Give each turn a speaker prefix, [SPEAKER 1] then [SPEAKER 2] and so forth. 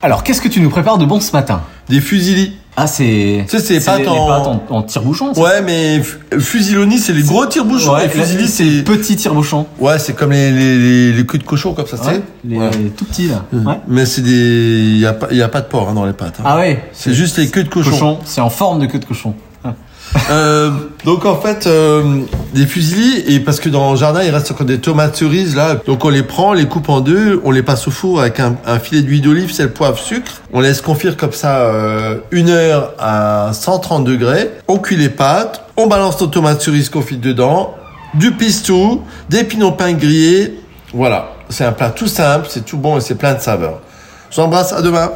[SPEAKER 1] Alors, qu'est-ce que tu nous prépares de bon ce matin
[SPEAKER 2] Des fusilis.
[SPEAKER 1] Ah, c'est.
[SPEAKER 2] Tu sais, c'est les pâtes
[SPEAKER 1] les
[SPEAKER 2] en-
[SPEAKER 1] pâtes en, en tire-bouchon, ça
[SPEAKER 2] Ouais, mais f- fusiloni, c'est les gros tire-bouchons.
[SPEAKER 1] Ouais,
[SPEAKER 2] et fusilli,
[SPEAKER 1] là,
[SPEAKER 2] c'est.
[SPEAKER 1] Petit tire-bouchon.
[SPEAKER 2] Ouais, c'est comme les, les, les, les culs de cochon, comme ça, tu
[SPEAKER 1] Ouais,
[SPEAKER 2] sais.
[SPEAKER 1] les
[SPEAKER 2] Ouais.
[SPEAKER 1] les tout petits, là. Ouais.
[SPEAKER 2] Mais c'est des. Il n'y a, pas- y a pas de porc hein, dans les pâtes. hein.
[SPEAKER 1] Ah ouais
[SPEAKER 2] C'est juste les queues de cochon.
[SPEAKER 1] Cochon, c'est en forme de queue de cochon.
[SPEAKER 2] Euh, donc en fait, euh, des fusilis, et parce que dans le jardin, il reste encore des tomates cerises là. Donc on les prend, on les coupe en deux, on les passe au four avec un, un filet d'huile d'olive, sel, poivre, sucre. On laisse confire comme ça euh, une heure à 130 degrés. On cuit les pâtes, on balance nos tomates cerises confites dedans, du pistou, des pinots pain grillés. Voilà, c'est un plat tout simple, c'est tout bon et c'est plein de saveurs. J'embrasse, à demain.